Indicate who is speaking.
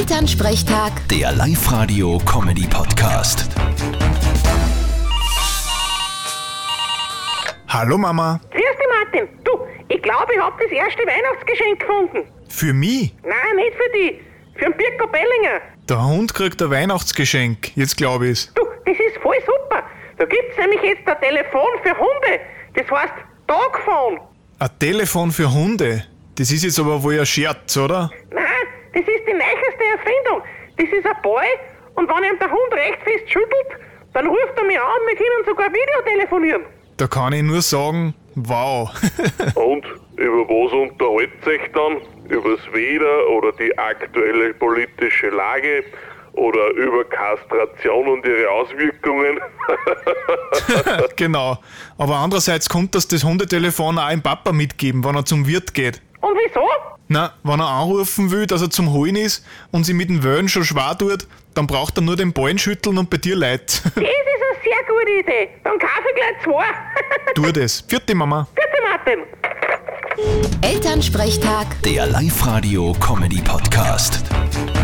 Speaker 1: Elternsprechtag,
Speaker 2: Der Live-Radio-Comedy-Podcast.
Speaker 3: Hallo Mama,
Speaker 4: Grüß dich, Martin. Du, ich glaube, ich hab das erste Weihnachtsgeschenk gefunden.
Speaker 3: für mich?
Speaker 4: Nein, nicht für dich. Für den Birko Bellinger.
Speaker 3: Der Hund kriegt ein Weihnachtsgeschenk, jetzt glaube ich's.
Speaker 4: Du, das ist voll super. Da gibt's nämlich jetzt ein Telefon für Hunde. Das heißt Dogphone.
Speaker 3: Ein Telefon für Hunde. Das ist jetzt aber wohl ein Scherz, oder?
Speaker 4: Nein, das ist die neueste Erfindung. Das ist ein Boy und wenn ihm der Hund recht fest schüttelt, dann ruft er mich an und wir können sogar Video telefonieren.
Speaker 3: Da kann ich nur sagen, wow.
Speaker 5: Und über was unterhält sich dann? Über das Wetter oder die aktuelle politische Lage oder über Kastration und ihre Auswirkungen?
Speaker 3: genau. Aber andererseits kommt das das Hundetelefon auch dem Papa mitgeben, wenn er zum Wirt geht.
Speaker 4: Und wieso?
Speaker 3: Na, wenn er anrufen will, dass er zum Holen ist und sie mit dem Wellen schon schwer tut, dann braucht er nur den Ballen schütteln und bei dir leid.
Speaker 4: Das ist eine sehr gute Idee. Dann kaufe ich gleich zwei.
Speaker 3: tu das. Vierte Mama.
Speaker 4: Bitte, Martin.
Speaker 1: Elternsprechtag.
Speaker 2: Der Live-Radio-Comedy-Podcast.